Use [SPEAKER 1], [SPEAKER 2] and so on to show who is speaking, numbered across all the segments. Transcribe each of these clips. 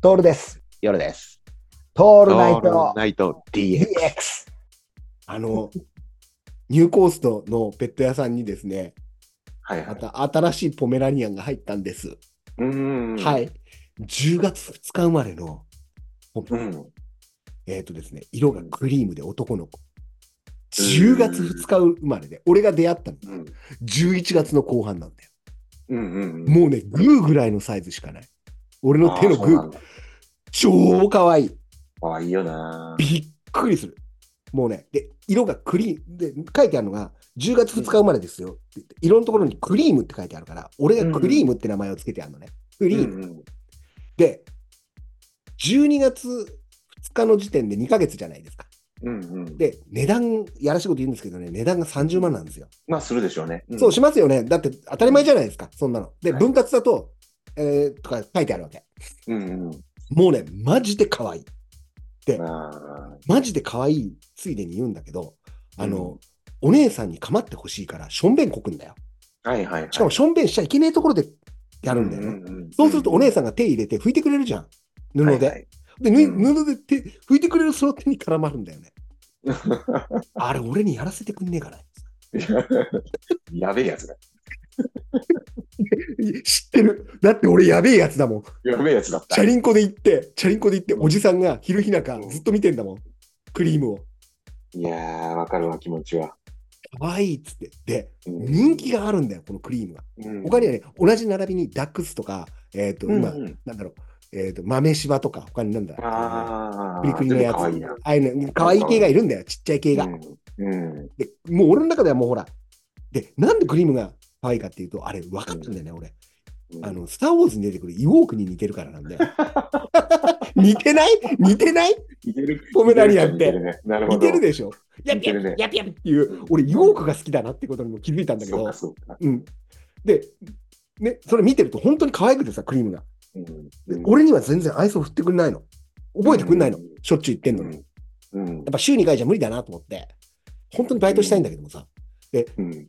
[SPEAKER 1] トールです。
[SPEAKER 2] 夜です。
[SPEAKER 1] ト
[SPEAKER 2] オ
[SPEAKER 1] ールナイト
[SPEAKER 2] ナイト DX。
[SPEAKER 1] DX。
[SPEAKER 3] あの、ニューコーストのペット屋さんにですね、
[SPEAKER 2] はいは
[SPEAKER 3] ま
[SPEAKER 2] い。
[SPEAKER 3] た新しいポメラニアンが入ったんです。
[SPEAKER 2] うーん。。
[SPEAKER 3] はいい。10月2日生まれの、
[SPEAKER 2] うん。
[SPEAKER 3] えっ、とですね、色がクリームで男の子。10月2日生まれで、俺が出会ったの
[SPEAKER 2] うん。
[SPEAKER 3] 11月の後半なんだよ。
[SPEAKER 2] うんうんうん。
[SPEAKER 3] もうね、グーぐらいのサイズしかない。俺の手のグー、
[SPEAKER 2] ー。
[SPEAKER 3] 超かわいい。
[SPEAKER 2] かわいいよな。
[SPEAKER 3] びっくりする。もうね、で、色がクリーム、で、書いてあるのが、10月2日生まれですよって言って、色のところにクリームって書いてあるから、俺がクリームって名前をつけてあるのね。クリーム。
[SPEAKER 2] うん
[SPEAKER 3] で、12月2日の時点で2ヶ月じゃないですか。
[SPEAKER 2] うんうんうん。
[SPEAKER 3] で、値段、やらしいこと言うんですけどね、値段が30万なんですよ。
[SPEAKER 2] まあ、するでしょうね。ん
[SPEAKER 3] そうしますよね。だって当たり前じゃないですか、そんなの。で、
[SPEAKER 2] はい
[SPEAKER 3] 分割だと、えーとか書いてあるわけ。
[SPEAKER 2] うんうん。
[SPEAKER 3] もうね、マジで可愛い。
[SPEAKER 2] あ
[SPEAKER 3] マジで可愛いついでに言うんだけど、あ
[SPEAKER 2] う
[SPEAKER 3] の、お姉さんに構ってほしいから、しょんべんこくんだよ。
[SPEAKER 2] ーはいはいはい。
[SPEAKER 3] しかも、しょんべんしちゃいけないところでやるんだよね。
[SPEAKER 2] ね
[SPEAKER 3] そうすると、お姉さんが手入れて拭いてくれるじゃん。布で。
[SPEAKER 2] で。
[SPEAKER 3] で、ぬい
[SPEAKER 2] うん
[SPEAKER 3] 布で手、拭いてくれるその手に絡まるんだ よね。あれ、俺にやらせてくんねえかな。
[SPEAKER 2] やべえやつだ。
[SPEAKER 3] いや知ってる。だって俺やべえやつだもん。
[SPEAKER 2] やべえやつだった。
[SPEAKER 3] チャリンコで行って、チャリンコで行って、
[SPEAKER 2] うん
[SPEAKER 3] おじさんが昼日中
[SPEAKER 2] うん
[SPEAKER 3] ずっと見てんだもん。クリームを。
[SPEAKER 2] いやー、わかるわ、気持ちは。
[SPEAKER 3] 可愛いっつって。で、
[SPEAKER 2] うん
[SPEAKER 3] 人気があるんだよ、このクリームが。
[SPEAKER 2] うん
[SPEAKER 3] 他にはね、同じ並びにダックスとか、えっ、と、
[SPEAKER 2] うん
[SPEAKER 3] 今、なんだろう、えっ、と、豆柴とか、他になんだろう。
[SPEAKER 2] ああ。
[SPEAKER 3] クリクリのやつ。
[SPEAKER 2] でも可愛い
[SPEAKER 3] あ
[SPEAKER 2] な。
[SPEAKER 3] あいうの、可愛い系がいるんだよ、ちっちゃい系が。
[SPEAKER 2] うんうん。
[SPEAKER 3] で、もう俺の中ではもうほら、で、なんでクリームが可愛いかっていうと、あれ、分かったんだよね、俺。
[SPEAKER 2] うん
[SPEAKER 3] あの、スター・ウォーズに出てくるイウォークに似てるからなんだよ。似てない似てない
[SPEAKER 2] 似てる。
[SPEAKER 3] ポメラニアンって
[SPEAKER 2] 似るね。なるほど。
[SPEAKER 3] 似てるでしょや
[SPEAKER 2] 似
[SPEAKER 3] ぴ
[SPEAKER 2] て
[SPEAKER 3] や
[SPEAKER 2] るね
[SPEAKER 3] ぴやぴやぴっていう、俺、イウォークが好きだなってことにも気づいたんだけ
[SPEAKER 2] そう
[SPEAKER 3] ど
[SPEAKER 2] か、そうか。
[SPEAKER 3] うん。で、ね、それ見てると本当に可愛くてさ、クリームが。
[SPEAKER 2] うん
[SPEAKER 3] で俺には全然愛想振ってくんないの。覚えてくんないの
[SPEAKER 2] うん。
[SPEAKER 3] しょっちゅう言ってんのに。や
[SPEAKER 2] うん
[SPEAKER 3] っぱ週2回じゃ無理だなと思って、本当にバイトしたいんだけどもさ、
[SPEAKER 2] うん。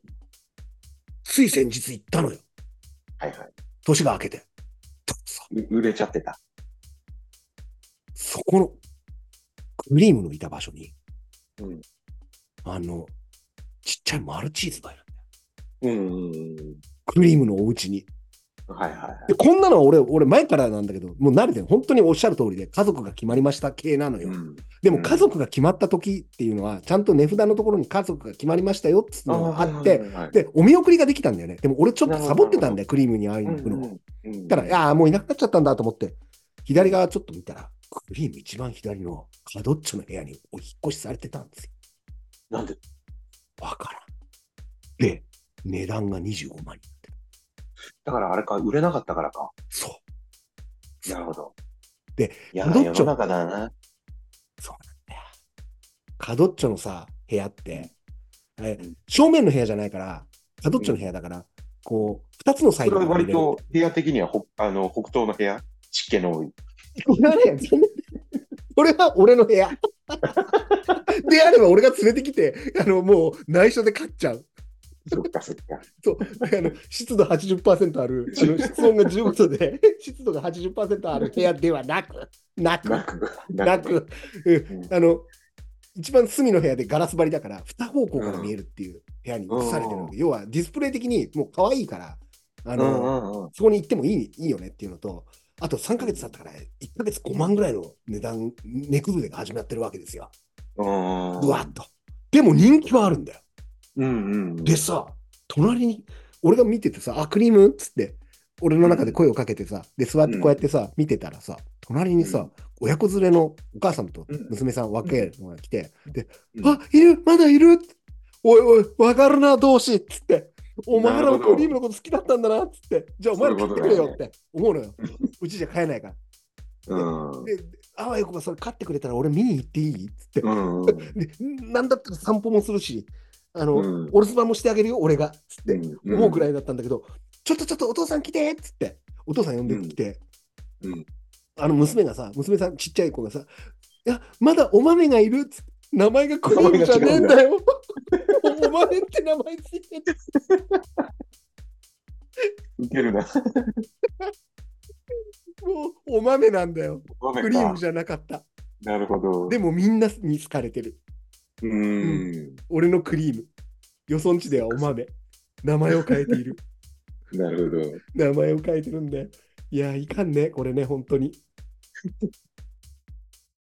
[SPEAKER 3] つい先日行ったのよ。
[SPEAKER 2] はいは
[SPEAKER 3] 年が明けて。とさ
[SPEAKER 2] い。う売れちゃってた。
[SPEAKER 3] そこの、クリームのいた場所に、
[SPEAKER 2] うん
[SPEAKER 3] あの、ちっちゃいマルチーズがいるんだよ。
[SPEAKER 2] うんうん。
[SPEAKER 3] クリームのお家に。
[SPEAKER 2] はいはいはい。
[SPEAKER 3] で、こんなのは俺、俺前からなんだけど、もう慣れてる。本当におっしゃる通りで、家族が決まりました系なのよ。
[SPEAKER 2] うん
[SPEAKER 3] でも家族が決まった時っていうのは、ちゃんと値札のところに家族が決まりましたよっていうのがあっ、て、
[SPEAKER 2] はいはいはい
[SPEAKER 3] で、お見送りができたんだよね。でも俺ちょっとサボってたんだよ、クリームに会いに行くの。
[SPEAKER 2] うんうん
[SPEAKER 3] だから、いやーもういなくなっちゃったんだと思って、左側ちょっと見たら、クリーム一番左のカドッチョの部屋にお引っ越しされてたんですよ。
[SPEAKER 2] なんで
[SPEAKER 3] わからん。で、値段が25万に。
[SPEAKER 2] だからあれか、売れなかったからか。
[SPEAKER 3] そ
[SPEAKER 2] なるほど。
[SPEAKER 3] で、
[SPEAKER 2] いや、
[SPEAKER 3] どっちを
[SPEAKER 2] 世の中だな。
[SPEAKER 3] う。そうなんだよ。カドッチョのさ、部屋って、あれ
[SPEAKER 2] うん
[SPEAKER 3] 正面の部屋じゃないから、カドッチョの部屋だから、こう、二つのサイ
[SPEAKER 2] それ
[SPEAKER 3] ド
[SPEAKER 2] は
[SPEAKER 3] が見
[SPEAKER 2] 割
[SPEAKER 3] れる
[SPEAKER 2] と部屋的にはほあの北東の部屋、湿気の多い。
[SPEAKER 3] これはね、そんなこれは俺の部屋。であれば俺が連れてきて、あの、もう内緒で買っちゃう。
[SPEAKER 2] そっかそっか。
[SPEAKER 3] そう。あの、湿度80%ある、あの、室温が15度で、湿度が80%ある部屋ではなく、 なく、
[SPEAKER 2] なく、
[SPEAKER 3] な
[SPEAKER 2] なく。
[SPEAKER 3] く、うんあの、一番隅の部屋でガラス張りだから、二方向から見えるっていう部屋に移されてるわけ。要はディスプレイ的にもう可愛いから、あ
[SPEAKER 2] うんう
[SPEAKER 3] の、
[SPEAKER 2] んうん。
[SPEAKER 3] そこに行ってもいいいいよねっていうのと、あと3ヶ月経ったから、1ヶ月5万ぐらいの値段、値崩れが始まってるわけですよ。
[SPEAKER 2] うん
[SPEAKER 3] うわっと。でも人気はあるんだよ。
[SPEAKER 2] うんうん。
[SPEAKER 3] でさ、隣に、俺が見ててさ、あ、クリームっつって、俺の中で声をかけてさ、で、座ってこうやってさ、見てたらさ、隣に
[SPEAKER 2] う
[SPEAKER 3] さ、親子連れのお母さんと
[SPEAKER 2] うん
[SPEAKER 3] 娘さん分けるのが来て、で
[SPEAKER 2] う、ん
[SPEAKER 3] あ、いるまだいるおいおい、わかるな、同士っつって。お前ら
[SPEAKER 2] なる
[SPEAKER 3] も
[SPEAKER 2] ほど
[SPEAKER 3] クリームのこと好きだったんだなっつって、じゃあお前ら買ってくれ
[SPEAKER 2] そ
[SPEAKER 3] よ
[SPEAKER 2] ういうこ
[SPEAKER 3] っ
[SPEAKER 2] と
[SPEAKER 3] て思うのよ。うちじゃ買えないから。
[SPEAKER 2] うん。
[SPEAKER 3] で、あわよくばそれ買ってくれたら俺見に行っていいっつって
[SPEAKER 2] う、んうん。
[SPEAKER 3] でなんだったら散歩もするし、あの、
[SPEAKER 2] うん
[SPEAKER 3] お留守番もしてあげるよ、俺がっつって。
[SPEAKER 2] うん
[SPEAKER 3] 思うくらいだったんだけど、ちょっとちょっとお父さん来てっつって、お父さん呼んできて、
[SPEAKER 2] うんうん
[SPEAKER 3] あの娘がさ、娘さん、ちっちゃい子がさ、いや、まだお豆がいるっつって、名前がクリームじゃねえんだよ。おお豆って名前ついてる。
[SPEAKER 2] いけるな。
[SPEAKER 3] もうお豆なんだよ。
[SPEAKER 2] ごめん
[SPEAKER 3] ク
[SPEAKER 2] か
[SPEAKER 3] リームじゃなかった。
[SPEAKER 2] なるほど。
[SPEAKER 3] でもみんなに好かれてる。
[SPEAKER 2] うーん。
[SPEAKER 3] 俺のクリーム。よそんちではお豆。名前を変えている。
[SPEAKER 2] なるほど。
[SPEAKER 3] 名前を変えてるんで。いや、いかんね、これね、本当に。